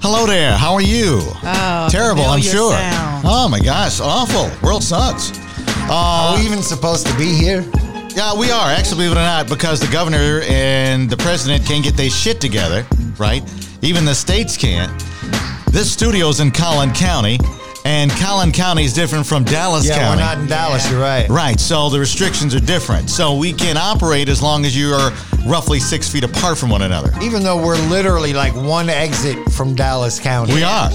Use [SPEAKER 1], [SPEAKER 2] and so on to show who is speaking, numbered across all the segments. [SPEAKER 1] Hello there. How are you?
[SPEAKER 2] Oh,
[SPEAKER 1] Terrible, I'm
[SPEAKER 2] familiar
[SPEAKER 1] sure.
[SPEAKER 2] sound.
[SPEAKER 1] Oh my gosh, awful. World sucks.
[SPEAKER 3] Are
[SPEAKER 1] Uh,
[SPEAKER 3] we even supposed to be here?
[SPEAKER 1] yeah, we are actually, believe it or not, because the governor and the president can't get their shit together, right? Even the states can't. This studio's in Collin County, and Collin County is different from Dallas
[SPEAKER 3] Yeah,
[SPEAKER 1] County.
[SPEAKER 3] we're not in Dallas.
[SPEAKER 2] Yeah.
[SPEAKER 3] You're right.
[SPEAKER 1] Right, so the restrictions are different. So we can operate as long as you are roughly six feet apart from one another.
[SPEAKER 3] Even though we're literally like one exit from Dallas County.
[SPEAKER 1] We are.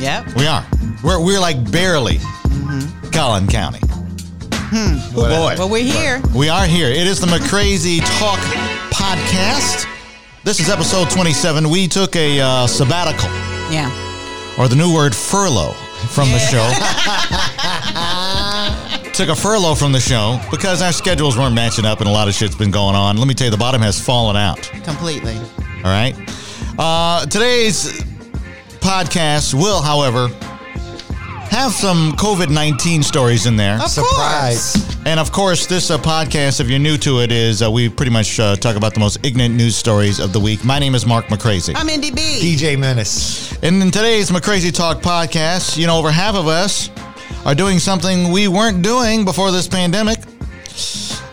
[SPEAKER 2] Yep.
[SPEAKER 1] We are. We're, we're like barely Collin County. Boy.
[SPEAKER 2] But we're here.
[SPEAKER 1] We are here. It is the McCrazy Talk podcast. This is episode 27. We took a uh, sabbatical,
[SPEAKER 2] Yeah.
[SPEAKER 1] or the new word furlough, from the show. took a furlough from the show because our schedules weren't matching up and a lot of shit's been going on. Let me tell you, the bottom has fallen out.
[SPEAKER 2] Completely.
[SPEAKER 1] All right. Uh, today's podcast will, however, have some COVID 19 stories in there.
[SPEAKER 2] Of
[SPEAKER 3] Surprise.
[SPEAKER 2] course.
[SPEAKER 1] And of course, this uh, podcast, if you're new to it, is uh, we pretty much uh, talk about the most ignorant news stories of the week. My name is Mark McCrazy.
[SPEAKER 2] I'm NDB.
[SPEAKER 3] DJ Menace.
[SPEAKER 1] and in today's McCrazy Talk podcast, you know, over half of us are doing something we weren't doing before this pandemic.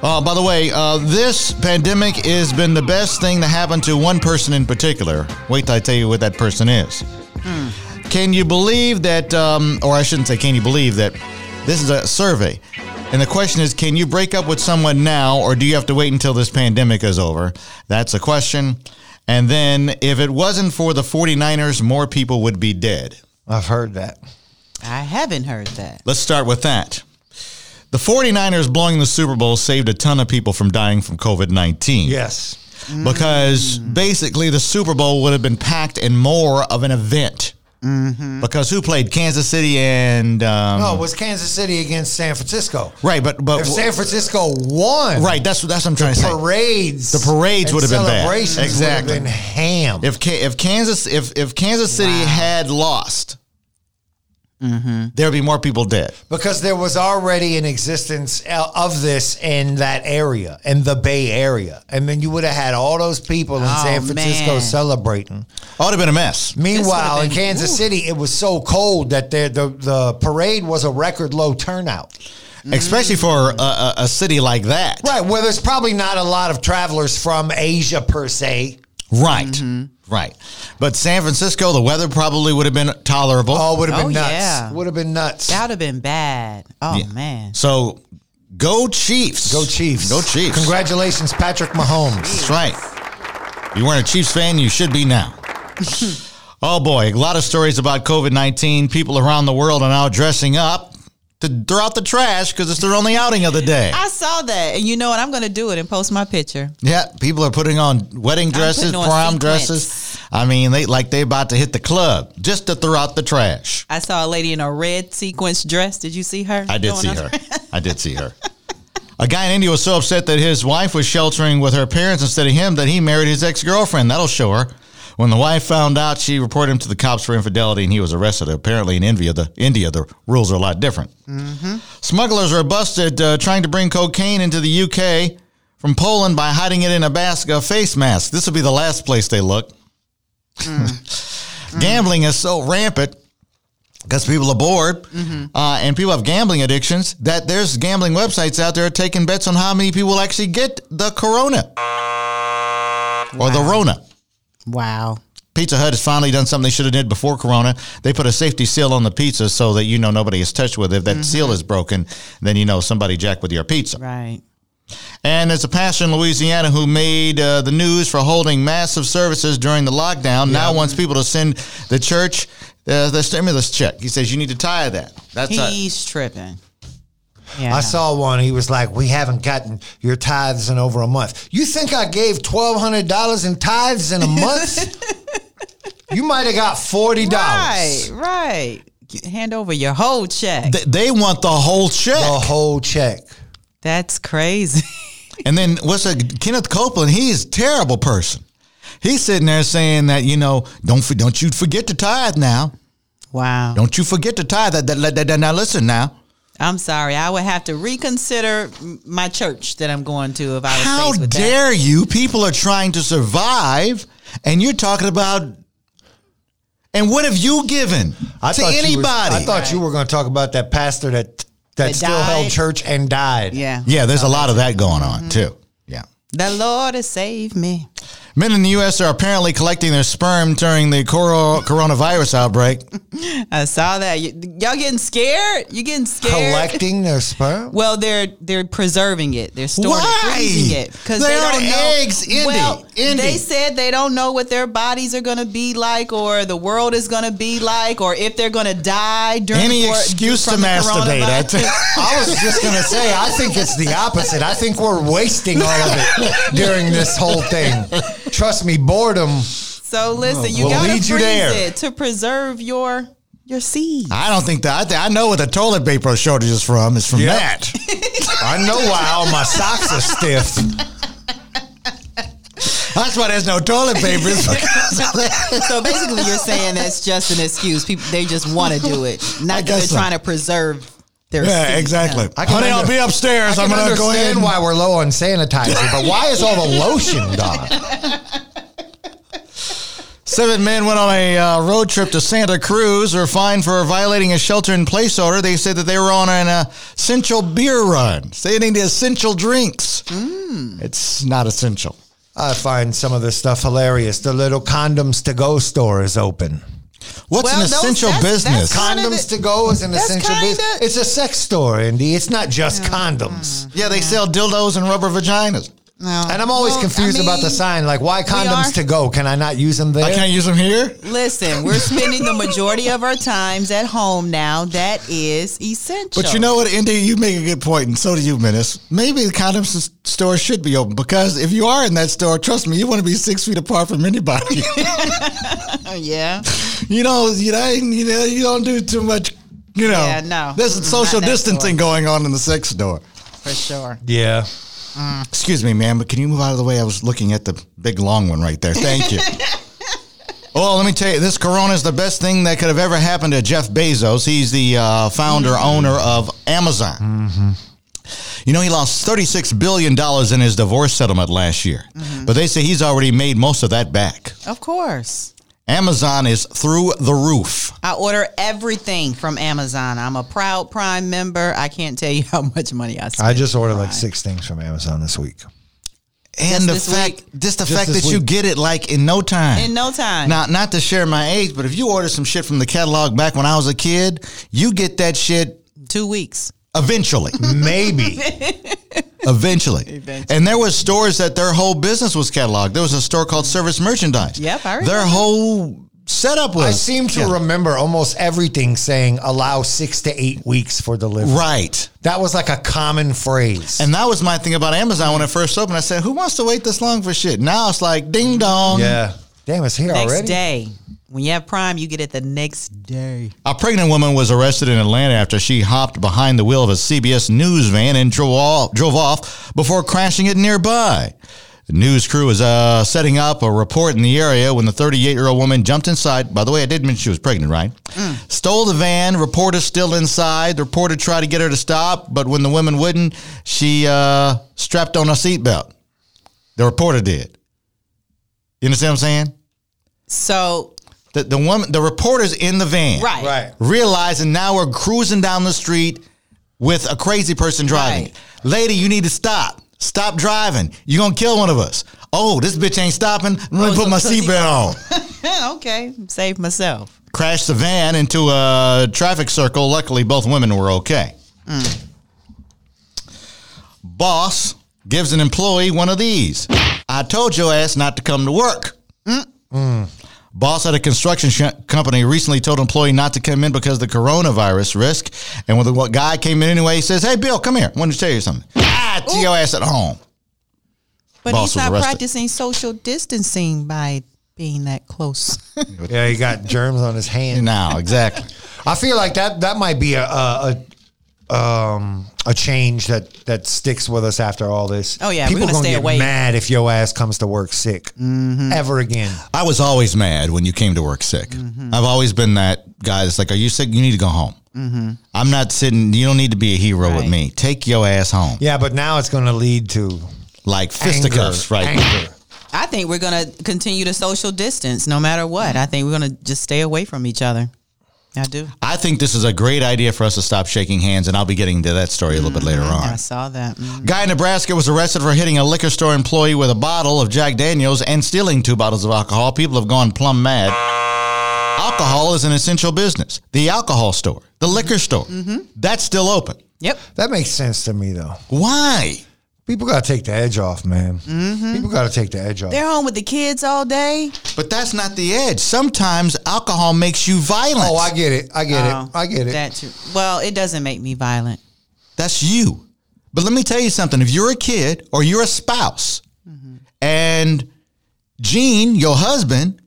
[SPEAKER 1] Uh, by the way, uh, this pandemic has been the best thing to happen to one person in particular. Wait till I tell you what that person is. Can you believe that, um, or I shouldn't say, can you believe that this is a survey? And the question is, can you break up with someone now, or do you have to wait until this pandemic is over? That's a question. And then, if it wasn't for the 49ers, more people would be dead.
[SPEAKER 3] I've heard that.
[SPEAKER 2] I haven't heard that.
[SPEAKER 1] Let's start with that. The 49ers blowing the Super Bowl saved a ton of people from dying from COVID 19.
[SPEAKER 3] Yes.
[SPEAKER 1] Because basically, the Super Bowl would have been packed and more of an event. Because who played Kansas City and. Um,
[SPEAKER 3] Oh, it was Kansas City against San Francisco.
[SPEAKER 1] Right, but. but
[SPEAKER 3] If San Francisco won,
[SPEAKER 1] right, that's, that's what I'm trying to say.
[SPEAKER 3] parades. The
[SPEAKER 1] parades would have been bad.
[SPEAKER 3] celebrations
[SPEAKER 1] Exactly.
[SPEAKER 3] would have been ham.
[SPEAKER 1] If, Ca- if Kansas if, if Kansas City had lost, there would be more people dead.
[SPEAKER 3] because there was already an existence el- of this in that area, in the Bay Area. And then you would have had all those people in
[SPEAKER 2] Oh,
[SPEAKER 3] San Francisco
[SPEAKER 2] man.
[SPEAKER 3] celebrating.
[SPEAKER 1] Oh, it would have been a mess.
[SPEAKER 3] Meanwhile, in
[SPEAKER 2] been-
[SPEAKER 3] Kansas
[SPEAKER 2] Ooh.
[SPEAKER 3] City, it was so cold that the, the the parade was a record low turnout.
[SPEAKER 1] Especially for a, a, a city like that.
[SPEAKER 3] Right, where there's probably not a lot of travelers from Asia per se.
[SPEAKER 1] Right. Right. But San Francisco, the weather probably would have been tolerable.
[SPEAKER 3] Oh, would have been
[SPEAKER 2] Oh,
[SPEAKER 3] nuts.
[SPEAKER 2] yeah.
[SPEAKER 3] Would have been nuts.
[SPEAKER 2] That would have been bad. Oh, man.
[SPEAKER 1] So go Chiefs.
[SPEAKER 3] Go Chiefs.
[SPEAKER 1] Go Chiefs.
[SPEAKER 3] Congratulations, Patrick Mahomes.
[SPEAKER 1] That's right. If you weren't a Chiefs fan, you should be now. oh boy, a lot of stories about COVID 19. People around the world are now dressing up to throw out the trash because it's their only outing of the day.
[SPEAKER 2] I saw that. And you know what? I'm going to do it and post my picture.
[SPEAKER 1] Yeah, people are putting on wedding dresses,
[SPEAKER 2] putting on
[SPEAKER 1] prom
[SPEAKER 2] sequins.
[SPEAKER 1] dresses. I mean, they like they about to hit the club just to throw out the trash.
[SPEAKER 2] I saw a lady in a red sequence dress. Did you see her?
[SPEAKER 1] I did
[SPEAKER 2] Going
[SPEAKER 1] see
[SPEAKER 2] out-
[SPEAKER 1] her. I did see her. A guy in India was so upset that his wife was sheltering with her parents instead of him that he married his ex girlfriend. That'll show her. When the wife found out, she reported him to the cops for infidelity and he was arrested. Apparently, in India, the, India, the rules are a lot different. Smugglers are busted uh, trying to bring cocaine into the UK from Poland by hiding it in a basket of face masks. This will be the last place they look. Gambling is so rampant because people are bored uh, and people have gambling addictions that there's gambling websites out there taking bets on how many people will actually get the corona or the rona
[SPEAKER 2] Wow.
[SPEAKER 1] pizza hut has finally done something they should have did before corona they put a safety seal on the pizza so that you know nobody is touched with it if that seal is broken then you know somebody jacked with your pizza
[SPEAKER 2] Right.
[SPEAKER 1] and there's a pastor in Louisiana who made uh, the news for holding massive services during the lockdown. Now wants people to send the church uh, the stimulus check. He says you need to tie that. That's a,
[SPEAKER 2] He's tripping. Yeah.
[SPEAKER 3] I saw one. He was like, "We haven't gotten your tithes in over a month." You think I gave twelve hundred dollars in tithes in a month? you might have got forty
[SPEAKER 2] Right,
[SPEAKER 3] dollars.
[SPEAKER 2] right. Hand over your whole check.
[SPEAKER 1] they, they want the whole check.
[SPEAKER 3] The whole check.
[SPEAKER 2] That's crazy.
[SPEAKER 1] And then what's a Kenneth Copeland? He's a terrible person. He's sitting there saying that you know don't for- don't you forget to tithe now.
[SPEAKER 2] wow.
[SPEAKER 1] Don't you forget to tithe. That, that, that, that- now listen now.
[SPEAKER 2] I'm sorry. I would have to reconsider m- my church that I'm going to if I was
[SPEAKER 1] How
[SPEAKER 2] faced with that.
[SPEAKER 1] dare you? People are trying to survive, and you're talking about And what have you given to
[SPEAKER 3] thought
[SPEAKER 1] anybody?
[SPEAKER 3] You were, I thought you were going to talk about that pastor that that,
[SPEAKER 2] That
[SPEAKER 3] still
[SPEAKER 2] died.
[SPEAKER 3] held church and died.
[SPEAKER 2] Yeah.
[SPEAKER 1] yeah, there's a lot of that going on too. Yeah.
[SPEAKER 2] The Lord has saved me.
[SPEAKER 1] Men in the U.S. are apparently collecting their sperm during the coro- coronavirus outbreak.
[SPEAKER 2] I saw that. Y- y'all getting scared? You getting scared?
[SPEAKER 3] Collecting their sperm.
[SPEAKER 2] Well, they're they're preserving it. They're storing
[SPEAKER 1] Why?
[SPEAKER 2] it, freezing it because
[SPEAKER 1] They
[SPEAKER 2] they,
[SPEAKER 1] are
[SPEAKER 2] don't
[SPEAKER 1] the
[SPEAKER 2] know.
[SPEAKER 1] eggs, Indy,
[SPEAKER 2] well,
[SPEAKER 1] Indy.
[SPEAKER 2] they said they don't know what their bodies are going to be like, or the world is going to be like, or if they're going to die during
[SPEAKER 1] Any
[SPEAKER 2] or-
[SPEAKER 1] excuse to
[SPEAKER 2] from the
[SPEAKER 1] masturbate. I
[SPEAKER 2] coronavirus.
[SPEAKER 1] tell-
[SPEAKER 3] I was just going to say, I think it's the opposite. I think we're wasting all of it during this whole thing. Trust me, boredom.
[SPEAKER 2] So listen, you
[SPEAKER 1] Oh, We'll
[SPEAKER 2] got to
[SPEAKER 1] lead
[SPEAKER 2] freeze
[SPEAKER 1] you there.
[SPEAKER 2] it to preserve your your seed.
[SPEAKER 1] I don't think that. I, think, I know what the toilet paper shortage is from. It's from that.
[SPEAKER 3] I know why all my socks are stiff.
[SPEAKER 1] That's why there's no toilet paper. It's because of that.
[SPEAKER 2] So basically, you're saying that's just an excuse. People they just want to do it, not that
[SPEAKER 1] guess
[SPEAKER 2] they're
[SPEAKER 1] so.
[SPEAKER 2] trying to preserve their.
[SPEAKER 1] Yeah,
[SPEAKER 2] seed.
[SPEAKER 1] exactly.
[SPEAKER 3] I can
[SPEAKER 1] Honey, I'll
[SPEAKER 3] under-
[SPEAKER 1] be upstairs.
[SPEAKER 3] I
[SPEAKER 1] I'm
[SPEAKER 3] can
[SPEAKER 1] gonna go in.
[SPEAKER 3] understand why we're low on sanitizer, but why is all the lotion gone?
[SPEAKER 1] Seven men went on a uh, road trip to Santa Cruz. Were fined for violating a shelter-in-place order. They said that they were on an uh, essential beer run, stating the essential drinks.
[SPEAKER 2] Hmm.
[SPEAKER 1] It's not essential.
[SPEAKER 3] I find some of this stuff hilarious. The little condoms to go store is open.
[SPEAKER 1] What's
[SPEAKER 2] Well,
[SPEAKER 1] an
[SPEAKER 2] those-
[SPEAKER 1] essential
[SPEAKER 2] that's- that's
[SPEAKER 1] business?
[SPEAKER 2] kind of
[SPEAKER 3] Condoms
[SPEAKER 2] the-
[SPEAKER 3] to go is an
[SPEAKER 2] That's
[SPEAKER 3] essential
[SPEAKER 2] kinda-
[SPEAKER 3] business. It's a sex store, Indy. It's not just condoms.
[SPEAKER 1] yeah, they sell dildos and rubber vaginas.
[SPEAKER 2] No.
[SPEAKER 3] And I'm always
[SPEAKER 2] Well, I
[SPEAKER 3] confused about the
[SPEAKER 2] mean,
[SPEAKER 3] sign. Like, why
[SPEAKER 2] are-
[SPEAKER 3] condoms to go? Can I not use them there?
[SPEAKER 1] I can't use them here.
[SPEAKER 2] Listen, we're spending the majority of our times at home now. That is essential.
[SPEAKER 1] But you know what, Indy, you make a good point, and so do you, Menace. Maybe the condom s- store should be open because if you are in that store, trust me, you want to be six feet apart from anybody.
[SPEAKER 2] yeah.
[SPEAKER 1] you know, you know, you know, you don't do too much. You know,
[SPEAKER 2] Yeah, no.
[SPEAKER 1] There's
[SPEAKER 2] Mm,
[SPEAKER 1] social
[SPEAKER 2] not that
[SPEAKER 1] distancing going on in the sex store.
[SPEAKER 2] For sure.
[SPEAKER 3] yeah.
[SPEAKER 1] Excuse me, ma'am, but can you move out of the way? I was looking at the big long one right there. Thank you. Well, let me tell you, this corona is the best thing that could have ever happened to Jeff Bezos. He's the uh, founder,
[SPEAKER 2] Mm-hmm.
[SPEAKER 1] owner of Amazon. You know, he lost $36 billion in his divorce settlement last year,
[SPEAKER 2] Mm-hmm.
[SPEAKER 1] but they say he's already made most of that back.
[SPEAKER 2] Of course.
[SPEAKER 1] Amazon is through the roof.
[SPEAKER 2] I order everything from Amazon. I'm a proud Prime member. I can't tell you how much money I spend.
[SPEAKER 3] I just ordered like six things from Amazon this week.
[SPEAKER 1] And
[SPEAKER 2] Just
[SPEAKER 1] the
[SPEAKER 2] this
[SPEAKER 1] fact, just the
[SPEAKER 3] Just
[SPEAKER 1] fact
[SPEAKER 3] this
[SPEAKER 1] that you
[SPEAKER 3] week.
[SPEAKER 1] get it like in no time.
[SPEAKER 2] In no time.
[SPEAKER 1] Now, not to share my age, but if you order some shit from the catalog back when I was a kid, you get that shit
[SPEAKER 2] Two weeks.
[SPEAKER 1] eventually.
[SPEAKER 3] Maybe.
[SPEAKER 1] eventually. And there was stores that their whole business was cataloged. There was a store called Service Merchandise.
[SPEAKER 2] Yep, I remember.
[SPEAKER 1] Their whole setup was
[SPEAKER 3] I seem to
[SPEAKER 1] cataloged.
[SPEAKER 3] remember almost everything saying allow six to eight weeks for delivery.
[SPEAKER 1] Right.
[SPEAKER 3] That was like a common phrase.
[SPEAKER 1] And that was my thing about Amazon when it first opened. I said, "Who wants to wait this long for shit?" Now it's like ding dong.
[SPEAKER 3] yeah. Damn, it's here
[SPEAKER 2] Next
[SPEAKER 3] already.
[SPEAKER 2] day. When you have Prime, you get it the next day.
[SPEAKER 1] A pregnant woman was arrested in Atlanta after she hopped behind the wheel of a CBS News van and drove off, drove off before crashing it nearby. The news crew was uh, setting up a report in the area when the 38 year old woman jumped inside. By the way, I did mention she was pregnant, right? Stole the van. Reporter still inside. The reporter tried to get her to stop, but when the woman wouldn't, she uh, strapped on a seatbelt. The reporter did. You understand what I'm saying?
[SPEAKER 2] So,
[SPEAKER 1] The, the woman, the reporter's in the van
[SPEAKER 2] right.
[SPEAKER 3] Right.
[SPEAKER 1] realizing now we're cruising down the street with a crazy person driving.
[SPEAKER 2] Right.
[SPEAKER 1] Lady, you need to stop. Stop driving. You're going to kill one of us. Oh, this bitch ain't stopping. Let me
[SPEAKER 2] Oh,
[SPEAKER 1] put
[SPEAKER 2] so-
[SPEAKER 1] my
[SPEAKER 2] so he-
[SPEAKER 1] seatbelt on.
[SPEAKER 2] okay. Save myself.
[SPEAKER 1] Crashed the van into a traffic circle. Luckily, both women were okay. Boss gives an employee one of these. I told your ass not to come to work. Mm. Boss at a construction sh- company recently told employee not to come in because of the coronavirus risk. And when the what guy came in anyway, he says, "Hey, Bill, come here. I wanted to tell you something. Ah, to your ass at home."
[SPEAKER 2] But
[SPEAKER 1] Boss was
[SPEAKER 2] he's not
[SPEAKER 1] arrested.
[SPEAKER 2] practicing social distancing by being that close.
[SPEAKER 3] Yeah, he got germs on his hand.
[SPEAKER 1] Now, exactly.
[SPEAKER 3] I feel like that that might be a a, a, um, a change that that sticks with us after all this.
[SPEAKER 2] Oh, yeah, we're
[SPEAKER 3] people
[SPEAKER 2] gonna stay Mm-hmm.
[SPEAKER 3] get
[SPEAKER 2] awake.
[SPEAKER 3] mad if your ass comes to work sick ever again.
[SPEAKER 1] I was always mad when you came to work sick.
[SPEAKER 3] Mm-hmm.
[SPEAKER 1] I've always been that guy that's like, "Are you sick? You need to go home."
[SPEAKER 3] Mm-hmm.
[SPEAKER 1] I'm not sitting. You don't need to be a hero with
[SPEAKER 2] Right.
[SPEAKER 1] me. Take your ass home.
[SPEAKER 3] Yeah, but now it's going to lead to
[SPEAKER 1] Like fisticuffs,
[SPEAKER 3] anger,
[SPEAKER 1] right?
[SPEAKER 3] Anger.
[SPEAKER 2] I think we're going to continue to social distance no matter what. I think we're going to just stay away from each other. I do.
[SPEAKER 1] I think this is a great idea for us to stop shaking hands, and I'll be getting to that story a little bit later
[SPEAKER 3] Mm-hmm.
[SPEAKER 1] on.
[SPEAKER 2] I saw that. Mm.
[SPEAKER 1] Guy in Nebraska was arrested for hitting a liquor store employee with a bottle of Jack Daniels and stealing two bottles of alcohol. People have gone plumb mad. Alcohol is an essential business. The alcohol store, the liquor store,
[SPEAKER 3] Mm-hmm.
[SPEAKER 1] that's still open.
[SPEAKER 2] Yep.
[SPEAKER 3] That makes sense to me though.
[SPEAKER 1] Why?
[SPEAKER 3] People gotta take the edge off, man.
[SPEAKER 2] Mm-hmm.
[SPEAKER 3] People gotta take the edge off.
[SPEAKER 2] They're home with the kids all day.
[SPEAKER 1] But that's not the edge. Sometimes alcohol makes you violent.
[SPEAKER 3] Oh, I get it. I get
[SPEAKER 2] Oh,
[SPEAKER 3] it. I get it.
[SPEAKER 2] That too. Well, it doesn't make me violent.
[SPEAKER 1] That's you. But let me tell you something. If you're a kid or you're a spouse and Gene, your husband,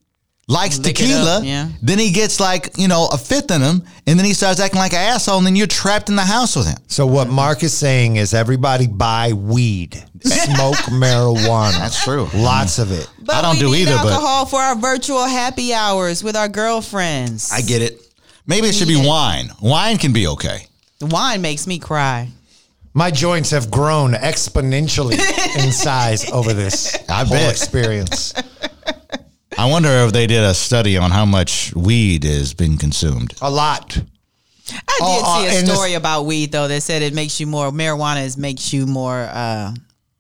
[SPEAKER 1] likes
[SPEAKER 2] Lick it
[SPEAKER 1] tequila,
[SPEAKER 2] up, yeah.
[SPEAKER 1] then he gets like, you know, a fifth in him and then he starts acting like an asshole and then you're trapped in the house with him.
[SPEAKER 3] So what Mark is saying is everybody buy weed. Smoke marijuana.
[SPEAKER 1] That's true.
[SPEAKER 3] Lots of it.
[SPEAKER 2] But
[SPEAKER 1] I don't
[SPEAKER 2] we
[SPEAKER 1] do
[SPEAKER 2] need
[SPEAKER 1] either, but-
[SPEAKER 2] alcohol for our virtual happy hours with our girlfriends.
[SPEAKER 1] I get it. Maybe it should be
[SPEAKER 2] Yeah.
[SPEAKER 1] wine. Wine can be okay.
[SPEAKER 2] Wine makes me cry.
[SPEAKER 3] My joints have grown exponentially in size over this
[SPEAKER 1] I
[SPEAKER 3] whole
[SPEAKER 1] bet.
[SPEAKER 3] experience.
[SPEAKER 1] I wonder if they did a study on how much weed has been consumed.
[SPEAKER 3] A lot.
[SPEAKER 2] I
[SPEAKER 3] Oh,
[SPEAKER 2] did
[SPEAKER 3] uh,
[SPEAKER 2] see a
[SPEAKER 3] and this-
[SPEAKER 2] story about weed though that said it makes you more marijuana is makes you more uh,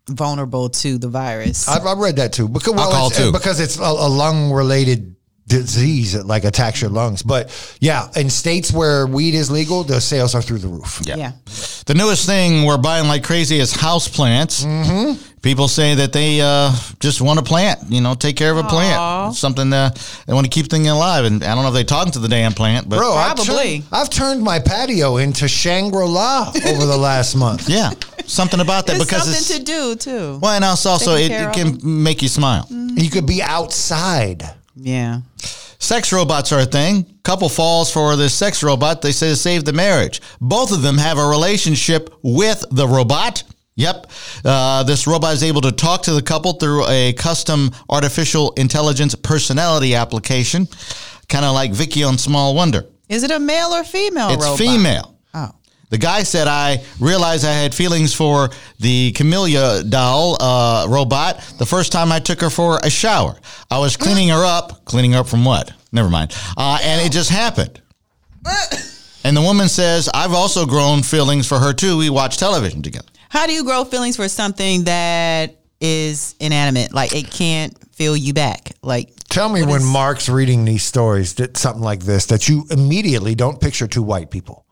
[SPEAKER 2] vulnerable to the virus.
[SPEAKER 3] I've, I've read that too. Because well,
[SPEAKER 1] Alcohol
[SPEAKER 3] it's,
[SPEAKER 1] too.
[SPEAKER 3] Because it's a, a lung related disease that like attacks your lungs. But yeah, in states where weed is legal, the sales are through the roof.
[SPEAKER 1] Yeah.
[SPEAKER 2] yeah.
[SPEAKER 1] The newest thing we're buying like crazy is house plants.
[SPEAKER 2] Mm-hmm.
[SPEAKER 1] People say that they uh, just want to plant, you know, take care of a plant. It's something uh, they want to keep things alive. And I don't know if they talking to the damn plant, but
[SPEAKER 3] Bro, I've
[SPEAKER 2] Probably.
[SPEAKER 3] turned- I've, turned my patio into Shangri La over the last month.
[SPEAKER 1] yeah, something about that
[SPEAKER 2] It's
[SPEAKER 1] because
[SPEAKER 2] something
[SPEAKER 1] it's
[SPEAKER 2] to do too.
[SPEAKER 1] well, and also, also
[SPEAKER 2] Taking
[SPEAKER 1] it,
[SPEAKER 2] care
[SPEAKER 1] it
[SPEAKER 2] of
[SPEAKER 1] can make you smile.
[SPEAKER 3] You could be outside.
[SPEAKER 2] Yeah.
[SPEAKER 1] Sex robots are a thing. Couple falls for this sex robot. They say to save the marriage. Both of them have a relationship with the robot. Yep. Uh, this robot is able to talk to the couple through a custom artificial intelligence personality application, kind of like Vicky on Small Wonder.
[SPEAKER 2] Is it a male or female
[SPEAKER 1] It's
[SPEAKER 2] robot?
[SPEAKER 1] female.
[SPEAKER 2] Oh.
[SPEAKER 1] The guy said, I realized I had feelings for the Camellia doll uh, robot the first time I took her for a shower. I was cleaning her up. Cleaning her up from what? Never mind. Uh, and it just happened. and the woman says, I've also grown feelings for her too. We watch television together.
[SPEAKER 2] How do you grow feelings for something that is inanimate? Like it can't feel you back. Like
[SPEAKER 3] Tell me when Mark's reading these stories that something like this that you immediately don't picture two white people.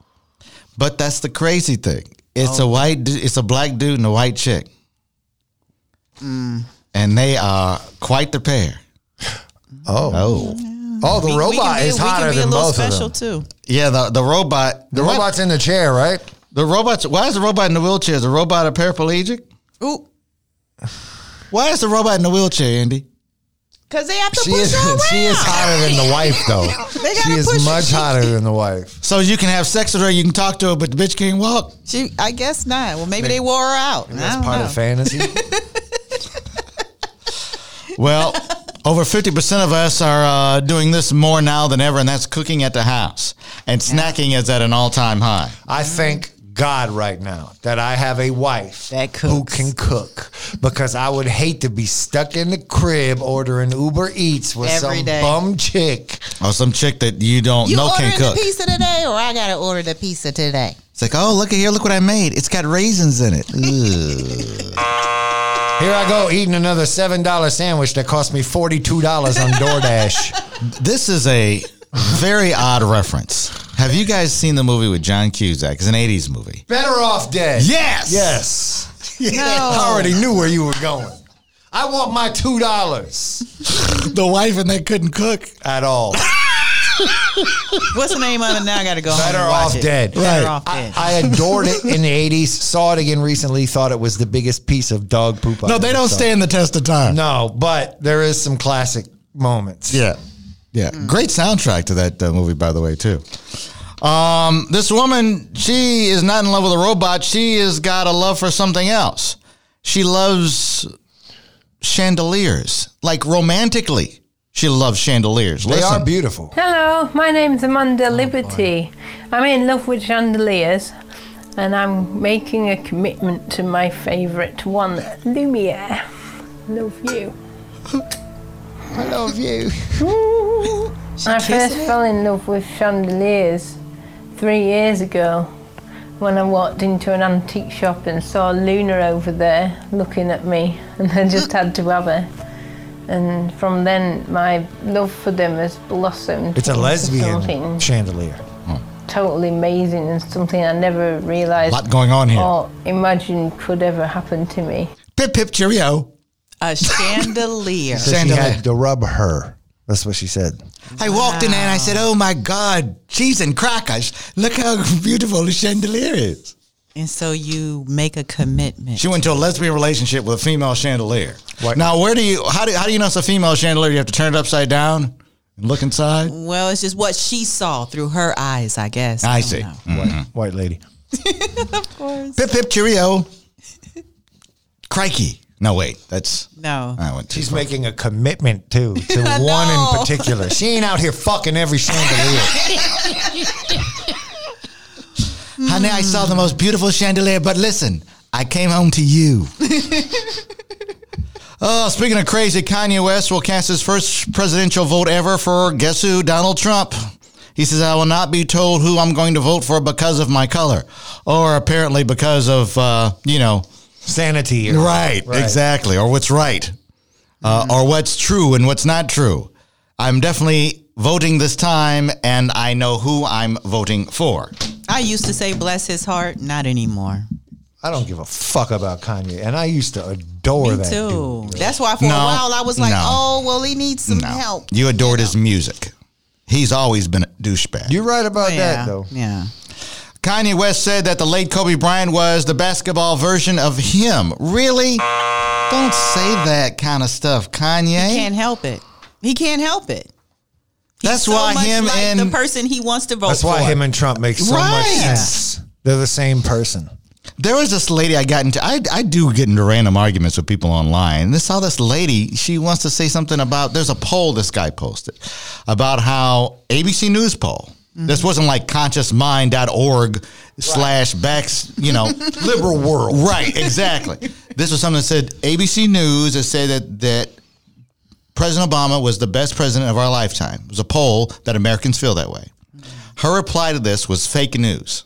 [SPEAKER 1] But that's the crazy thing. It's
[SPEAKER 2] Oh.
[SPEAKER 1] a white, du- it's a black dude and a white chick.
[SPEAKER 2] Mm.
[SPEAKER 1] And they are quite the pair. Oh.
[SPEAKER 3] Oh, the
[SPEAKER 2] we can
[SPEAKER 3] robot
[SPEAKER 2] be,
[SPEAKER 3] is
[SPEAKER 2] we can
[SPEAKER 3] hotter
[SPEAKER 2] be
[SPEAKER 3] than
[SPEAKER 2] a little
[SPEAKER 3] both of
[SPEAKER 2] special
[SPEAKER 3] them.
[SPEAKER 2] too.
[SPEAKER 1] Yeah, the, the robot.
[SPEAKER 3] The robot's in the chair, right?
[SPEAKER 1] The robot's why is the robot in the wheelchair? Is the robot a paraplegic?
[SPEAKER 2] Ooh.
[SPEAKER 1] Why is the robot in the wheelchair, Andy?
[SPEAKER 2] Cause they have to
[SPEAKER 3] She
[SPEAKER 2] push
[SPEAKER 3] is.
[SPEAKER 2] her around.
[SPEAKER 3] She is hotter than the wife, though.
[SPEAKER 2] They
[SPEAKER 3] she
[SPEAKER 2] gotta
[SPEAKER 3] is
[SPEAKER 2] push her.
[SPEAKER 3] much
[SPEAKER 2] She-
[SPEAKER 3] hotter than the wife.
[SPEAKER 1] So you can have sex with her, you can talk to her, but the bitch can't walk.
[SPEAKER 2] She, I guess not. Well, maybe they wore her out. I don't
[SPEAKER 3] That's part
[SPEAKER 2] know.
[SPEAKER 3] of fantasy.
[SPEAKER 1] Well, over fifty percent of us are uh, doing this more now than ever, and that's cooking at the house and snacking is at an all-time high.
[SPEAKER 3] I thank God right now that I have a wife
[SPEAKER 2] That
[SPEAKER 3] who
[SPEAKER 2] cooks.
[SPEAKER 3] can cook because I would hate to be stuck in the crib ordering Uber Eats with
[SPEAKER 2] Every
[SPEAKER 3] some
[SPEAKER 2] day.
[SPEAKER 3] bum chick.
[SPEAKER 1] Or Oh, some chick that you don't
[SPEAKER 2] You
[SPEAKER 1] know
[SPEAKER 2] ordering
[SPEAKER 1] can cook.
[SPEAKER 2] the pizza today, or I gotta order the pizza today?
[SPEAKER 1] It's like, oh, look at here, look what I made. It's got raisins in it. Ugh.
[SPEAKER 3] Here I go eating another seven dollar sandwich that cost me forty two dollars on DoorDash.
[SPEAKER 1] This is a very odd reference. Have you guys seen the movie with John Cusack? It's an '80s movie.
[SPEAKER 3] Better off dead.
[SPEAKER 1] Yes.
[SPEAKER 3] Yes. I already knew where you were going. I want my two dollars
[SPEAKER 1] The wife and they couldn't cook.
[SPEAKER 3] at all.
[SPEAKER 2] What's the name of it now? I gotta go. home
[SPEAKER 3] Better
[SPEAKER 2] and watch
[SPEAKER 3] off
[SPEAKER 2] it.
[SPEAKER 3] dead.
[SPEAKER 2] Better
[SPEAKER 1] Right.
[SPEAKER 2] off
[SPEAKER 3] I,
[SPEAKER 2] dead.
[SPEAKER 3] I adored it in the '80s. Saw it again recently. Thought it was the biggest piece of dog poop. I
[SPEAKER 1] No, they
[SPEAKER 3] ever
[SPEAKER 1] don't
[SPEAKER 3] saw.
[SPEAKER 1] stand the test of time.
[SPEAKER 3] No, but there is some classic moments.
[SPEAKER 1] Yeah. Yeah. Great soundtrack to that uh, movie, by the way, too. Um, this woman, she is not in love with a robot. She has got a love for something else. She loves chandeliers, like romantically. She loves chandeliers.
[SPEAKER 3] they
[SPEAKER 1] Listen,
[SPEAKER 3] are beautiful.
[SPEAKER 4] Hello, my name's Amanda Liberty. I'm in love with chandeliers and I'm making a commitment to my favourite one, Lumiere. Love you.
[SPEAKER 3] I love you.
[SPEAKER 4] I first
[SPEAKER 2] kissing it?
[SPEAKER 4] fell in love with chandeliers three years ago when I walked into an antique shop and saw Luna over there looking at me, and I just had to have her. And from then, my love for them has blossomed.
[SPEAKER 3] It's a
[SPEAKER 4] into
[SPEAKER 3] lesbian
[SPEAKER 4] Something
[SPEAKER 3] chandelier.
[SPEAKER 4] totally amazing and something I never realised
[SPEAKER 1] lot going on here.
[SPEAKER 4] or imagined could ever happen to me.
[SPEAKER 1] Pip pip cheerio.
[SPEAKER 2] A chandelier.
[SPEAKER 3] So she
[SPEAKER 1] Chandelier.
[SPEAKER 3] had to rub her. That's what she said.
[SPEAKER 1] I walked in there and I said, "Oh my God, cheese and crackers! Look how beautiful the chandelier is."
[SPEAKER 2] and so you make a commitment.
[SPEAKER 1] She went to a lesbian relationship with a female chandelier.
[SPEAKER 3] What?
[SPEAKER 1] Now, where do you how do how do you know it's a female chandelier? You have to turn it upside down and look inside.
[SPEAKER 2] well, it's just what she saw through her eyes, I guess.
[SPEAKER 1] I
[SPEAKER 2] don't
[SPEAKER 1] see. Mm-hmm.
[SPEAKER 2] know.
[SPEAKER 3] White, white lady.
[SPEAKER 1] Pip pip cheerio. Crikey! No, wait, that's
[SPEAKER 2] No.
[SPEAKER 1] I went. too
[SPEAKER 3] She's
[SPEAKER 1] far.
[SPEAKER 3] making a commitment too to one in
[SPEAKER 2] know.
[SPEAKER 3] particular. She ain't out here fucking every chandelier.
[SPEAKER 1] Honey, I saw the most beautiful chandelier, but listen, I came home to you. Oh, speaking of crazy, Kanye West will cast his first presidential vote ever for guess who? Donald Trump. He says, I will not be told who I'm going to vote for because of my color. Or apparently because of, uh, you know.
[SPEAKER 3] Sanity. or-
[SPEAKER 1] Right, exactly. Or what's right. Uh, Or what's true and what's not true. I'm definitely voting this time and I know who I'm voting for.
[SPEAKER 2] I used to say, bless his heart. Not anymore.
[SPEAKER 3] I don't give a fuck about Kanye, and I used to adore
[SPEAKER 2] Me
[SPEAKER 3] that
[SPEAKER 2] too.
[SPEAKER 3] dude.
[SPEAKER 2] That's why for
[SPEAKER 1] No.
[SPEAKER 2] a while I was like,
[SPEAKER 1] No.
[SPEAKER 2] oh, well, he needs some
[SPEAKER 1] No.
[SPEAKER 2] help.
[SPEAKER 1] You adored his music. He's always been a douchebag.
[SPEAKER 3] You're right about
[SPEAKER 2] yeah.
[SPEAKER 3] that though.
[SPEAKER 2] Yeah.
[SPEAKER 1] Kanye West said that the late Kobe Bryant was the basketball version of him. Really? Don't say that kind of stuff,
[SPEAKER 2] He
[SPEAKER 1] Kanye.
[SPEAKER 2] can't help it. He can't help it. He's
[SPEAKER 1] That's
[SPEAKER 2] so
[SPEAKER 1] why
[SPEAKER 2] much
[SPEAKER 1] him
[SPEAKER 2] like
[SPEAKER 1] and
[SPEAKER 2] the person he wants to vote
[SPEAKER 3] That's
[SPEAKER 2] for.
[SPEAKER 3] why him and Trump make so much
[SPEAKER 1] Right.
[SPEAKER 3] sense. They're the same person.
[SPEAKER 1] there was this lady I got into. I, I do get into random arguments with people online. And I saw this lady. She wants to say something about. There's a poll this guy posted about how ABC News poll.
[SPEAKER 3] Mm-hmm.
[SPEAKER 1] This wasn't like consciousmind.org slash backs, you know,
[SPEAKER 3] Liberal world.
[SPEAKER 1] Right, exactly. this was something that said ABC News that said that that President Obama was the best president of our lifetime. It was a poll that Americans feel that way.
[SPEAKER 3] Mm-hmm.
[SPEAKER 1] Her reply to this was fake news.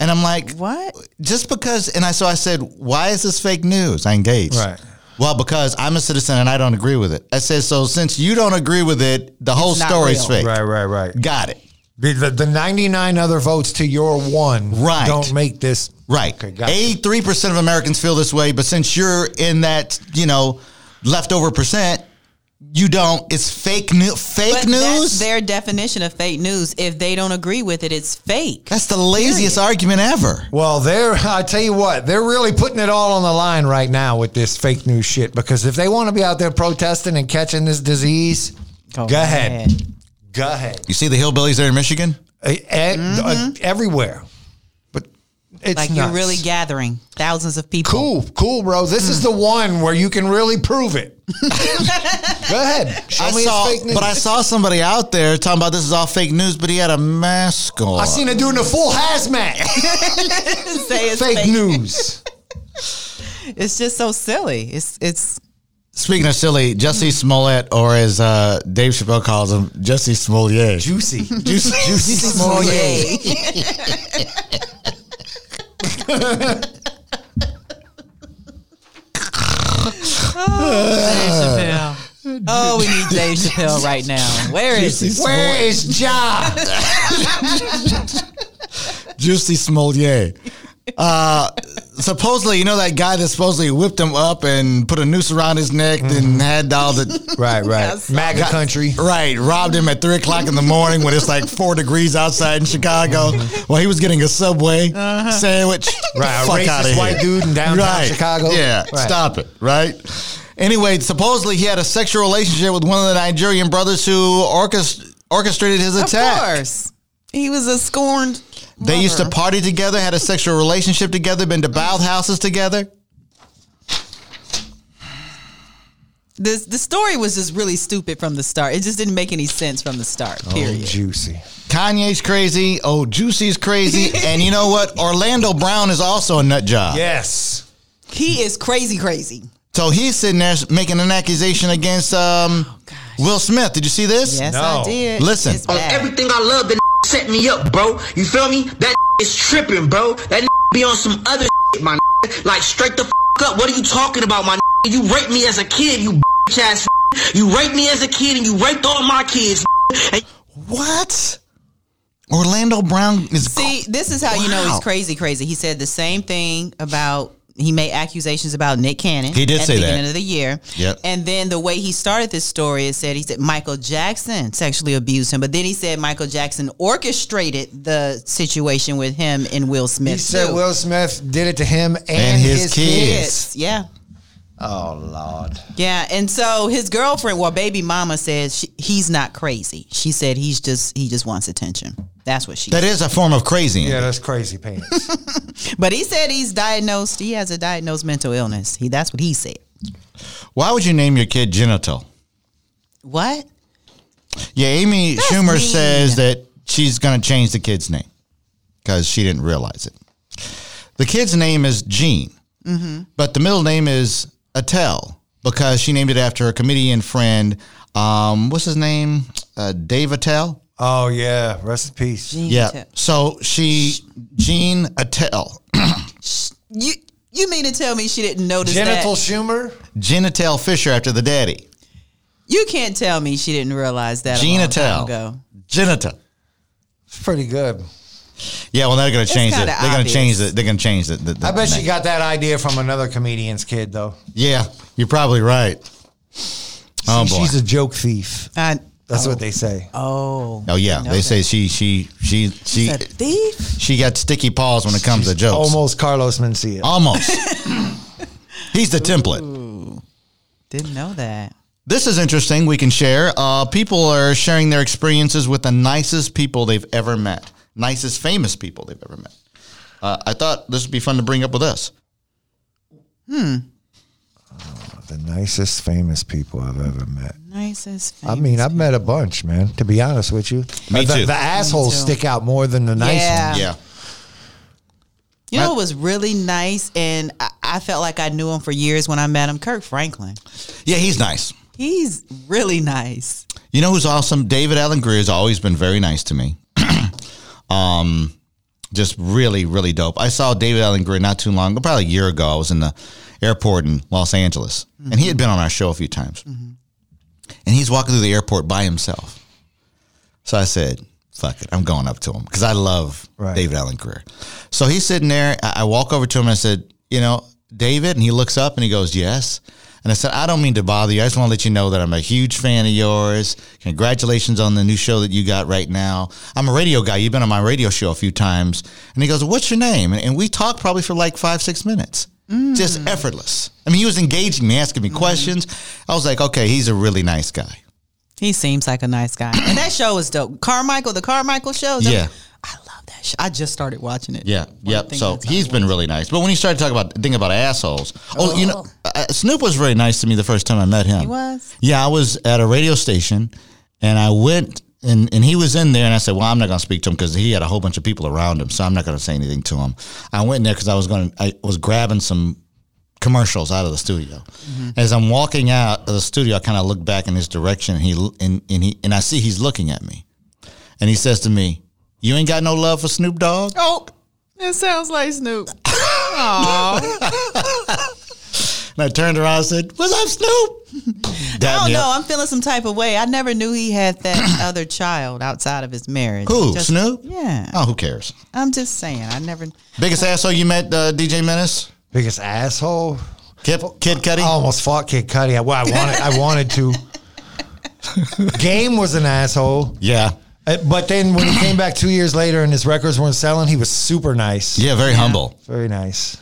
[SPEAKER 1] And I'm like,
[SPEAKER 2] What?
[SPEAKER 1] Just because, and I so I said, why is this fake news? I engaged.
[SPEAKER 3] Right.
[SPEAKER 1] Well, because I'm a citizen and I don't agree with it. I said, so since you don't agree with it, the whole
[SPEAKER 2] not
[SPEAKER 1] story's
[SPEAKER 2] real.
[SPEAKER 1] fake.
[SPEAKER 3] Right, right, right.
[SPEAKER 1] Got it.
[SPEAKER 3] The, the, the 99 other votes to your one
[SPEAKER 1] Right.
[SPEAKER 3] don't make this.
[SPEAKER 1] Right.
[SPEAKER 3] Okay, gotcha.
[SPEAKER 1] Eighty-three percent of Americans feel this way, but since you're in that, you know, leftover percent, you don't. It's fake new fake
[SPEAKER 2] But
[SPEAKER 1] news.
[SPEAKER 2] That's their definition of fake news. If they don't agree with it, it's fake.
[SPEAKER 1] That's the laziest argument ever.
[SPEAKER 3] Well, they're, I tell you what, they're really putting it all on the line right now with this fake news shit because if they want to be out there protesting and catching this disease, go, ahead. Go ahead.
[SPEAKER 1] You see the hillbillies there in Michigan?
[SPEAKER 3] Eh, eh, uh, everywhere. But it's
[SPEAKER 2] Mm-hmm. Like
[SPEAKER 3] nuts.
[SPEAKER 2] you're really gathering thousands of people.
[SPEAKER 3] cool, cool, bro. This
[SPEAKER 2] Hmm.
[SPEAKER 3] is the one where you can really prove it. go ahead. Show
[SPEAKER 1] I
[SPEAKER 3] me it's
[SPEAKER 1] saw,
[SPEAKER 3] fake news.
[SPEAKER 1] but I saw somebody out there talking about this is all fake news, but he had a mask on.
[SPEAKER 3] I seen a dude in a full hazmat.
[SPEAKER 2] Say it's
[SPEAKER 3] fake news.
[SPEAKER 2] It's just so silly. It's it's
[SPEAKER 1] Speaking of silly, Jesse Smollett, or as uh, Dave Chappelle calls him, Jesse Smollett.
[SPEAKER 3] Juicy.
[SPEAKER 1] Juicy, Juicy Smollett.
[SPEAKER 3] Uh,
[SPEAKER 2] Dave Chappelle. Oh, we need Dave Chappelle right now. Where is he?
[SPEAKER 3] Where is Ja?
[SPEAKER 1] Juicy Smollier. Uh, supposedly, you know that guy that supposedly whipped him up and put a noose around his neck and had all the
[SPEAKER 3] Right, right.
[SPEAKER 2] Yes.
[SPEAKER 3] MAGA country.
[SPEAKER 1] right robbed him at three o'clock in the morning when it's like four degrees outside in Chicago. While he was getting a subway sandwich.
[SPEAKER 3] Mm-hmm. Uh-huh. Right, a
[SPEAKER 1] Fuck outta
[SPEAKER 3] racist
[SPEAKER 1] here.
[SPEAKER 3] white dude in downtown
[SPEAKER 1] right.
[SPEAKER 3] Chicago.
[SPEAKER 1] Yeah,
[SPEAKER 3] Right.
[SPEAKER 1] stop it. Right. Anyway, supposedly he had a sexual relationship with one of the Nigerian brothers who orchest- orchestrated his
[SPEAKER 2] Of
[SPEAKER 1] attack.
[SPEAKER 2] course. He was a scorned.
[SPEAKER 1] They used to
[SPEAKER 2] lover.
[SPEAKER 1] party together, had a sexual relationship together, been to bathhouses together.
[SPEAKER 2] This the story was just really stupid from the start. It just didn't make any sense from the start.
[SPEAKER 3] Oh,
[SPEAKER 2] Period.
[SPEAKER 3] Juicy.
[SPEAKER 1] Kanye's crazy. Oh, Juicy's crazy. and you know what? Orlando Brown is also a nut job.
[SPEAKER 3] Yes.
[SPEAKER 2] He is crazy, crazy.
[SPEAKER 1] So he's sitting there making an accusation against um, Will Smith. Did you see this?
[SPEAKER 2] Yes,
[SPEAKER 3] No.
[SPEAKER 2] I did.
[SPEAKER 1] Listen.
[SPEAKER 2] It's
[SPEAKER 5] on
[SPEAKER 2] bad.
[SPEAKER 5] everything I love. That set me up, bro. You feel me? That is tripping, bro. That be on some other shit, my like straight the fuck up. What are you talking about, my? You raped me as a kid, you bitch ass. You raped me as a kid, and you raped all my kids. And
[SPEAKER 1] What? Orlando Brown is
[SPEAKER 2] See, this is how you know
[SPEAKER 1] Wow.
[SPEAKER 2] he's crazy, crazy. He said the same thing about he made accusations about Nick Cannon.
[SPEAKER 1] He did
[SPEAKER 2] at
[SPEAKER 1] say
[SPEAKER 2] the
[SPEAKER 1] that.
[SPEAKER 2] beginning of the year.
[SPEAKER 1] Yep.
[SPEAKER 2] And then the way he started this story is said he said Michael Jackson sexually abused him, but then he said Michael Jackson orchestrated the situation with him and Will Smith.
[SPEAKER 3] He said
[SPEAKER 2] too.
[SPEAKER 3] Will Smith did it to him and,
[SPEAKER 1] And his
[SPEAKER 3] his,
[SPEAKER 1] kids.
[SPEAKER 2] Yes,
[SPEAKER 3] kids.
[SPEAKER 2] yeah.
[SPEAKER 3] Oh Lord.
[SPEAKER 2] Yeah, and so his girlfriend, well, baby mama says she, he's not crazy. She said he's just he just wants attention. That's what she.
[SPEAKER 1] that is a form of crazy.
[SPEAKER 3] Yeah, that's crazy pants.
[SPEAKER 2] but he said he's diagnosed. He has a diagnosed mental illness. He that's what he said.
[SPEAKER 1] Why would you name your kid genital?
[SPEAKER 2] What?
[SPEAKER 1] Yeah, Amy
[SPEAKER 2] That's
[SPEAKER 1] Schumer
[SPEAKER 2] mean.
[SPEAKER 1] says that she's going to change the kid's name because she didn't realize it. The kid's name is Jean,
[SPEAKER 2] Mm-hmm.
[SPEAKER 1] but the middle name is Attell because she named it after her comedian friend. Um, what's his name? Uh, Dave Attell.
[SPEAKER 3] oh yeah. Rest in peace.
[SPEAKER 1] Yeah.
[SPEAKER 2] Attell.
[SPEAKER 1] So she, Jean Attell,
[SPEAKER 2] You you mean to tell me she didn't notice
[SPEAKER 3] Genital
[SPEAKER 2] that?
[SPEAKER 3] Schumer.
[SPEAKER 1] Jean Attell Fisher after the daddy.
[SPEAKER 2] You can't tell me she didn't realize that.
[SPEAKER 1] Jean
[SPEAKER 2] a long time
[SPEAKER 1] Attell.
[SPEAKER 2] ago.
[SPEAKER 1] Genita.
[SPEAKER 3] It's pretty good.
[SPEAKER 1] Yeah, well, they're going to change it.
[SPEAKER 2] kinda
[SPEAKER 1] They're going to
[SPEAKER 2] obvious.
[SPEAKER 1] change it. They're going to change it.
[SPEAKER 3] I bet she got that idea from another comedian's kid though.
[SPEAKER 1] Yeah, you're probably right. Oh boy.
[SPEAKER 3] She's a joke thief.
[SPEAKER 2] I,
[SPEAKER 3] That's what they say.
[SPEAKER 2] oh,
[SPEAKER 1] Oh yeah,
[SPEAKER 2] I know
[SPEAKER 1] they
[SPEAKER 2] that.
[SPEAKER 1] say she she she she
[SPEAKER 2] a thief.
[SPEAKER 1] she got sticky paws when it comes to jokes. Almost,
[SPEAKER 3] Almost Carlos Mencia.
[SPEAKER 1] Oh. he's the template.
[SPEAKER 2] Didn't know that.
[SPEAKER 1] This is interesting. We can share. Uh, people are sharing their experiences with the nicest people they've ever met, nicest famous people they've ever met. Uh, I thought this would be fun to bring up with us.
[SPEAKER 3] The nicest famous people I've ever met.
[SPEAKER 2] Nicest.
[SPEAKER 3] I mean, I've met a bunch, man. To be honest with you,
[SPEAKER 1] Me
[SPEAKER 3] the,
[SPEAKER 1] too.
[SPEAKER 3] The assholes
[SPEAKER 2] Me too.
[SPEAKER 3] stick out more than the nice
[SPEAKER 2] Yeah.
[SPEAKER 3] ones.
[SPEAKER 1] Yeah,
[SPEAKER 2] You know, it was really nice, and I, I felt like I knew him for years when I met him. Kirk Franklin,
[SPEAKER 1] yeah, he's nice.
[SPEAKER 2] he's really nice.
[SPEAKER 1] You know who's awesome? David Allen Greer has always been very nice to me. um, just really, really dope. I saw David Allen Greer not too long, probably a year ago. I was in the airport in Los Angeles, and he had been on our show a few times. And he's walking through the airport by himself. So I said, "Fuck it, I'm going up to him because I love
[SPEAKER 3] Right.
[SPEAKER 1] David Allen Greer." So he's sitting there. I, I walk over to him and I said, "You know, David," and he looks up and he goes, "Yes." And I said, "I don't mean to bother you. I just want to let you know that I'm a huge fan of yours. Congratulations on the new show that you got right now. I'm a radio guy. You've been on my radio show a few times." And he goes, "What's your name?" And, and we talked probably for like five, six minutes. Just effortless. I mean, he was engaging me, asking me questions. I was like, okay, he's a really nice guy.
[SPEAKER 2] He seems like a nice guy, and that show was dope. Carmichael, the Carmichael show. that-
[SPEAKER 1] Yeah.
[SPEAKER 2] I love that show. I just started watching it.
[SPEAKER 1] Yeah,
[SPEAKER 2] One of the
[SPEAKER 1] yep.
[SPEAKER 2] things
[SPEAKER 1] So
[SPEAKER 2] that's-
[SPEAKER 1] he's been really nice. But when he started talking about thinking about assholes, oh, you know, uh, Snoop was very nice to me the first time I met him. He
[SPEAKER 2] was?
[SPEAKER 1] Yeah, I was at a radio station, and I went and and he was in there, and I said, "Well, I'm not going to speak to him because he had a whole bunch of people around him, so I'm not going to say anything to him." I went in there because I was going, to I was grabbing some commercials out of the studio. As I'm walking out of the studio, I kind of look back in his direction, and he l- and, and he and I see he's looking at me, and he says to me, "You ain't got no love for Snoop Dogg."
[SPEAKER 2] oh, it sounds like Snoop.
[SPEAKER 1] And I turned around and said, What's up, Snoop?
[SPEAKER 2] I
[SPEAKER 1] Dap
[SPEAKER 2] don't
[SPEAKER 1] me
[SPEAKER 2] know.
[SPEAKER 1] up.
[SPEAKER 2] Oh, I'm feeling some type of way. I never knew he had that other child outside of his marriage.
[SPEAKER 1] Who,
[SPEAKER 2] Just-
[SPEAKER 1] Snoop?
[SPEAKER 2] Yeah.
[SPEAKER 1] Oh, who cares?
[SPEAKER 2] I'm just saying. I never.
[SPEAKER 1] Biggest asshole you met, uh, DJ Menace?
[SPEAKER 3] Biggest asshole.
[SPEAKER 1] Kid, Kid Cudi?
[SPEAKER 3] I almost fought Kid Cudi. I, well, I wanted. I wanted to. Game was an asshole,
[SPEAKER 1] Yeah.
[SPEAKER 3] Uh, but then when he came back two years later and his records weren't selling, he was super nice.
[SPEAKER 1] Yeah, very humble.
[SPEAKER 3] Very nice.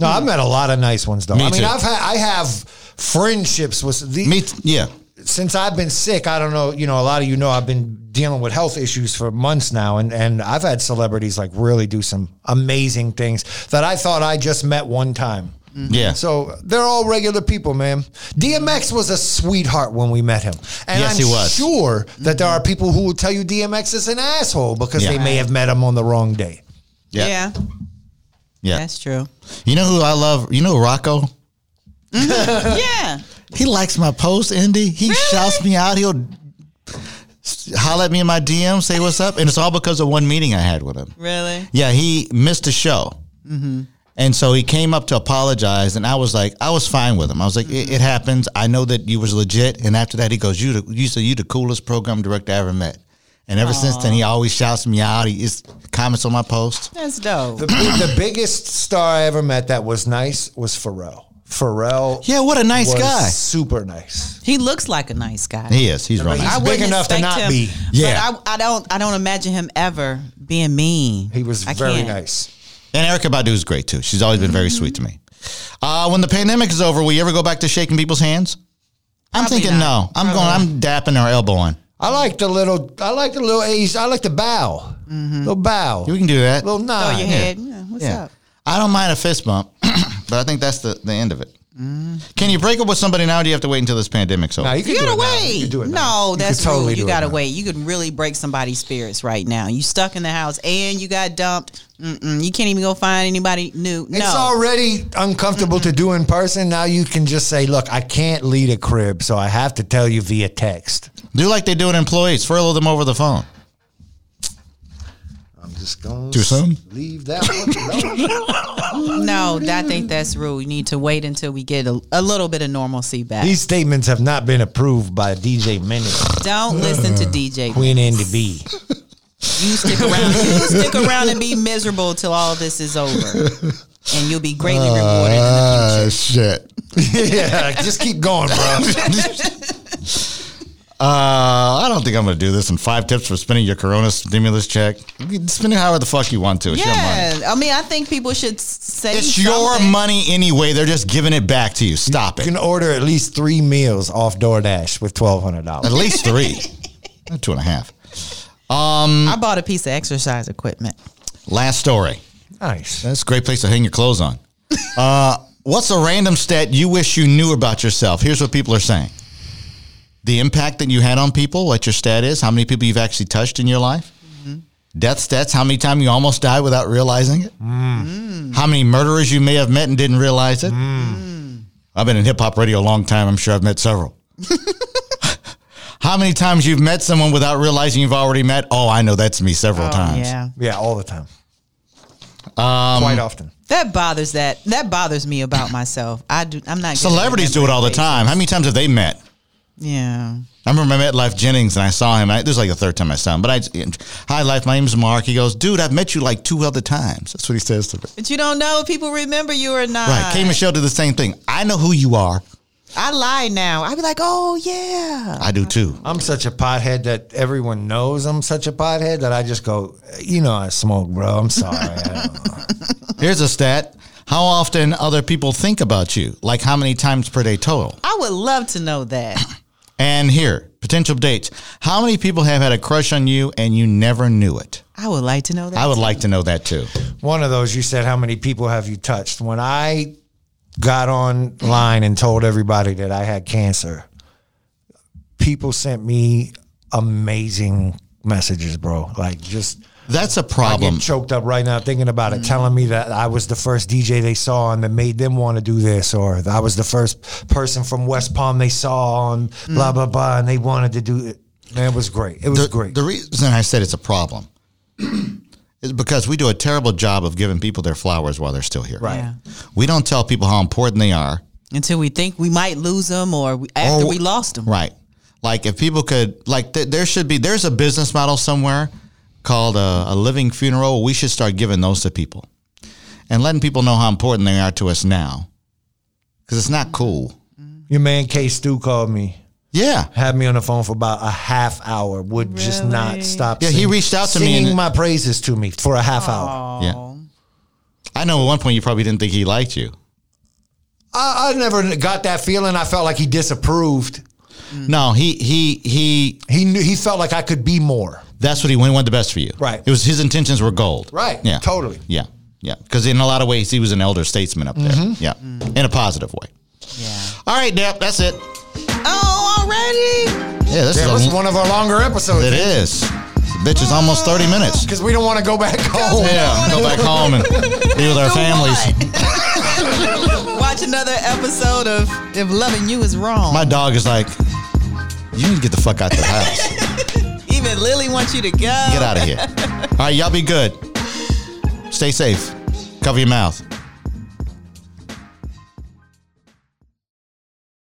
[SPEAKER 3] No, I've met a lot of nice ones though.
[SPEAKER 1] Me
[SPEAKER 3] I mean,
[SPEAKER 1] too.
[SPEAKER 3] I've had I have friendships with the
[SPEAKER 1] Me, t- yeah.
[SPEAKER 3] since I've been sick, I don't know, you know, a lot of you know I've been dealing with health issues for months now and and I've had celebrities like really do some amazing things that I thought I just met one time.
[SPEAKER 1] Yeah.
[SPEAKER 3] So they're all regular people, man. DMX was a sweetheart when we met him. And
[SPEAKER 1] Yes,
[SPEAKER 3] I'm
[SPEAKER 1] he was. Mm-hmm.
[SPEAKER 3] sure that there are people who will tell you DMX is an asshole because
[SPEAKER 1] Yeah.
[SPEAKER 3] they may have met him on the wrong day.
[SPEAKER 1] Yeah.
[SPEAKER 2] yeah.
[SPEAKER 1] Yeah.
[SPEAKER 2] That's true.
[SPEAKER 1] You know who I love? You know Rocco?
[SPEAKER 2] yeah.
[SPEAKER 1] He likes my post, Indy. He shouts me out. He'll s- holler at me in my DM, say what's up, and it's all because of one meeting I had with him.
[SPEAKER 2] Really?
[SPEAKER 1] Yeah, he missed a show,
[SPEAKER 2] Mm-hmm.
[SPEAKER 1] and so he came up to apologize, and I was like, I was fine with him. I was like, it, it happens. I know that you was legit, and after that, he goes, you, the, you said you the coolest program director I ever met. And ever since then, he always shouts me out. He is comments on my post.
[SPEAKER 2] That's dope.
[SPEAKER 3] The, the biggest star I ever met that was nice was Pharrell. Pharrell.
[SPEAKER 1] Yeah, what a nice
[SPEAKER 3] was
[SPEAKER 1] guy.
[SPEAKER 3] Super nice.
[SPEAKER 2] He looks like a nice guy.
[SPEAKER 1] He is. He's right.
[SPEAKER 3] he's
[SPEAKER 2] I
[SPEAKER 3] big
[SPEAKER 2] wouldn't
[SPEAKER 3] enough to
[SPEAKER 2] expect
[SPEAKER 3] not
[SPEAKER 2] him,
[SPEAKER 3] be.
[SPEAKER 1] Yeah.
[SPEAKER 2] But I, I don't. I don't imagine him ever being mean.
[SPEAKER 3] He was
[SPEAKER 2] I
[SPEAKER 3] very
[SPEAKER 2] can't.
[SPEAKER 3] nice.
[SPEAKER 1] And Erica Badu is great too. She's always been very
[SPEAKER 2] Mm-hmm.
[SPEAKER 1] sweet to me. Uh, when the pandemic is over, will you ever go back to shaking people's hands? I'm
[SPEAKER 2] Probably
[SPEAKER 1] thinking
[SPEAKER 2] not.
[SPEAKER 1] no. I'm going. I'm dapping or elbowing.
[SPEAKER 3] I like the little. I like the little A's. I like the bow. Little bow.
[SPEAKER 1] We can do that.
[SPEAKER 3] little
[SPEAKER 2] Mm-hmm. Throw
[SPEAKER 3] nod.
[SPEAKER 2] Oh, your head. Yeah. What's
[SPEAKER 1] yeah.
[SPEAKER 2] up?
[SPEAKER 1] I don't mind a fist bump, but I think that's the, the end of it. Can you break up with somebody now? Or do you have to wait until this pandemic's over?
[SPEAKER 3] No, you can
[SPEAKER 2] You
[SPEAKER 3] do
[SPEAKER 2] gotta
[SPEAKER 3] it now. You
[SPEAKER 2] wait.
[SPEAKER 3] can do it now.
[SPEAKER 2] no,
[SPEAKER 3] You
[SPEAKER 2] that's
[SPEAKER 3] can totally
[SPEAKER 2] rude. You
[SPEAKER 3] do it
[SPEAKER 2] gotta
[SPEAKER 3] now.
[SPEAKER 2] wait. You could really break somebody's spirits right now. You stuck in the house and you got dumped. Mm-mm. You can't even go find anybody new. No.
[SPEAKER 3] It's already uncomfortable to do in person. Now you can just say, "Look, I can't lead a crib, so I have to tell you via text."
[SPEAKER 1] Do like they do with employees. Furlough them over the phone.
[SPEAKER 3] I'm just going
[SPEAKER 1] Too soon?
[SPEAKER 3] Leave that one. alone.
[SPEAKER 2] no, I think that's rude. You need to wait until we get a, a little bit of normalcy back.
[SPEAKER 3] These statements have not been approved by DJ Minute,
[SPEAKER 2] Don't listen to DJ.
[SPEAKER 3] Queen and the B.
[SPEAKER 2] You stick around. you stick around and be miserable till all this is over, and you'll be greatly
[SPEAKER 3] Uh,
[SPEAKER 2] rewarded in the future.
[SPEAKER 1] shit.
[SPEAKER 3] yeah, just keep going, bro.
[SPEAKER 1] Uh, I don't think I'm going to do this. And five tips for spending your Corona stimulus check. You can Spend it however the fuck you want to. It's your money.
[SPEAKER 2] Yeah, I mean, I think people should s- say
[SPEAKER 1] It's your
[SPEAKER 2] something.
[SPEAKER 1] money anyway. They're just giving it back to you. Stop
[SPEAKER 3] You
[SPEAKER 1] it.
[SPEAKER 3] can order at least three meals off DoorDash with twelve hundred
[SPEAKER 1] At
[SPEAKER 3] dollars.
[SPEAKER 1] least three, two and a half.
[SPEAKER 2] I bought a piece of exercise equipment.
[SPEAKER 1] Last story.
[SPEAKER 3] Nice.
[SPEAKER 1] That's a great place to hang your clothes on. Uh, what's a random stat you wish you knew about yourself? Here's what people are saying the impact that you had on people, what your stat is, how many people you've actually touched in your life, death stats, how many times you almost died without realizing it, how many murderers you may have met and didn't realize it. I've been in hip hop radio a long time. I'm sure I've met several. how many times you've met someone without realizing you've already met? Oh, I know that's me several times.
[SPEAKER 2] Oh, Yeah,
[SPEAKER 3] Yeah, all the time. Quite often.
[SPEAKER 2] that bothers that that bothers me about myself. I do. I'm not. good at
[SPEAKER 1] Celebrities do it all the
[SPEAKER 2] remembering
[SPEAKER 1] time. How many times have they met?
[SPEAKER 2] faces. Yeah.
[SPEAKER 1] I remember I met Life Jennings and I saw him. I, this is like the third time I saw him. But I, hi, Life, my name's Mark. He goes, dude, I've met you like two other times. That's what he says to me.
[SPEAKER 2] But you don't know if people remember you or not.
[SPEAKER 1] Right. K Michelle did the same thing. I know who you are.
[SPEAKER 2] I lie now. I'd be like, oh, yeah.
[SPEAKER 1] I do too.
[SPEAKER 3] I'm such a pothead that everyone knows I'm such a pothead that I just go, you know, I smoke, bro. I'm sorry. I don't-
[SPEAKER 1] Here's a stat how often other people think about you, like how many times per day total.
[SPEAKER 2] I would love to know that.
[SPEAKER 1] And here, potential dates. How many people have had a crush on you and you never knew it?
[SPEAKER 2] I would like to know that.
[SPEAKER 1] I would like to know that too.
[SPEAKER 3] One of those you said, how many people have you touched? When I got online and told everybody that I had cancer, people sent me amazing messages, bro. Like just
[SPEAKER 1] That's a
[SPEAKER 3] I'm
[SPEAKER 1] problem.
[SPEAKER 3] choked up right now thinking about it, telling me that I was the first DJ they saw and that made them want to do this, or that I was the first person from West Palm they saw on blah blah blah, and they wanted to do it. Man, it was great. It was
[SPEAKER 1] the,
[SPEAKER 3] great.
[SPEAKER 1] The reason I said it's a problem is because we do a terrible job of giving people their flowers while they're still here.
[SPEAKER 3] Right.
[SPEAKER 2] Yeah.
[SPEAKER 1] We don't tell people how important they are.
[SPEAKER 2] Until we think we might lose them or we, after
[SPEAKER 1] Or-
[SPEAKER 2] we lost them.
[SPEAKER 1] Oh, Right. Like if people could, like th- there should be, there's a business model somewhere called a, a living funeral. We should start giving those to people and letting people know how important they are to us now because it's not cool.
[SPEAKER 3] Your man K Stu called me,
[SPEAKER 1] Yeah.
[SPEAKER 3] had me on the phone for about a half hour, would just not stop.
[SPEAKER 1] Yeah, he reached out to me
[SPEAKER 3] singing
[SPEAKER 1] and-
[SPEAKER 3] my praises to me for a half hour.
[SPEAKER 1] Yeah. I know at one point you probably didn't think he liked you.
[SPEAKER 3] I, I never got that feeling. I felt like he disapproved.
[SPEAKER 1] No, he, he, he,
[SPEAKER 3] He knew he felt like I could be more.
[SPEAKER 1] that's what he, he wanted the best for you.
[SPEAKER 3] Right.
[SPEAKER 1] It was his intentions were gold.
[SPEAKER 3] Right.
[SPEAKER 1] Yeah.
[SPEAKER 3] Totally.
[SPEAKER 1] Yeah. Yeah. Because in a lot of ways, he was an elder statesman up there.
[SPEAKER 3] Mm-hmm.
[SPEAKER 1] Yeah. In a positive way.
[SPEAKER 2] Yeah.
[SPEAKER 1] All right, Deb, that's it.
[SPEAKER 2] Oh, already?
[SPEAKER 1] Yeah, this
[SPEAKER 3] That
[SPEAKER 1] is
[SPEAKER 3] was
[SPEAKER 1] a,
[SPEAKER 3] one of our longer episodes.
[SPEAKER 1] It is. Bitch is almost 30 minutes.
[SPEAKER 3] Because we don't want to go back home.
[SPEAKER 1] Yeah, go back home and be with our
[SPEAKER 2] Do
[SPEAKER 1] families.
[SPEAKER 2] what? Watch another episode of If Loving You Is Wrong.
[SPEAKER 1] My dog is like, you need to get the fuck out the house.
[SPEAKER 2] Even Lily wants you to go.
[SPEAKER 1] Get out of here. All right, y'all be good. Stay safe. Cover your mouth.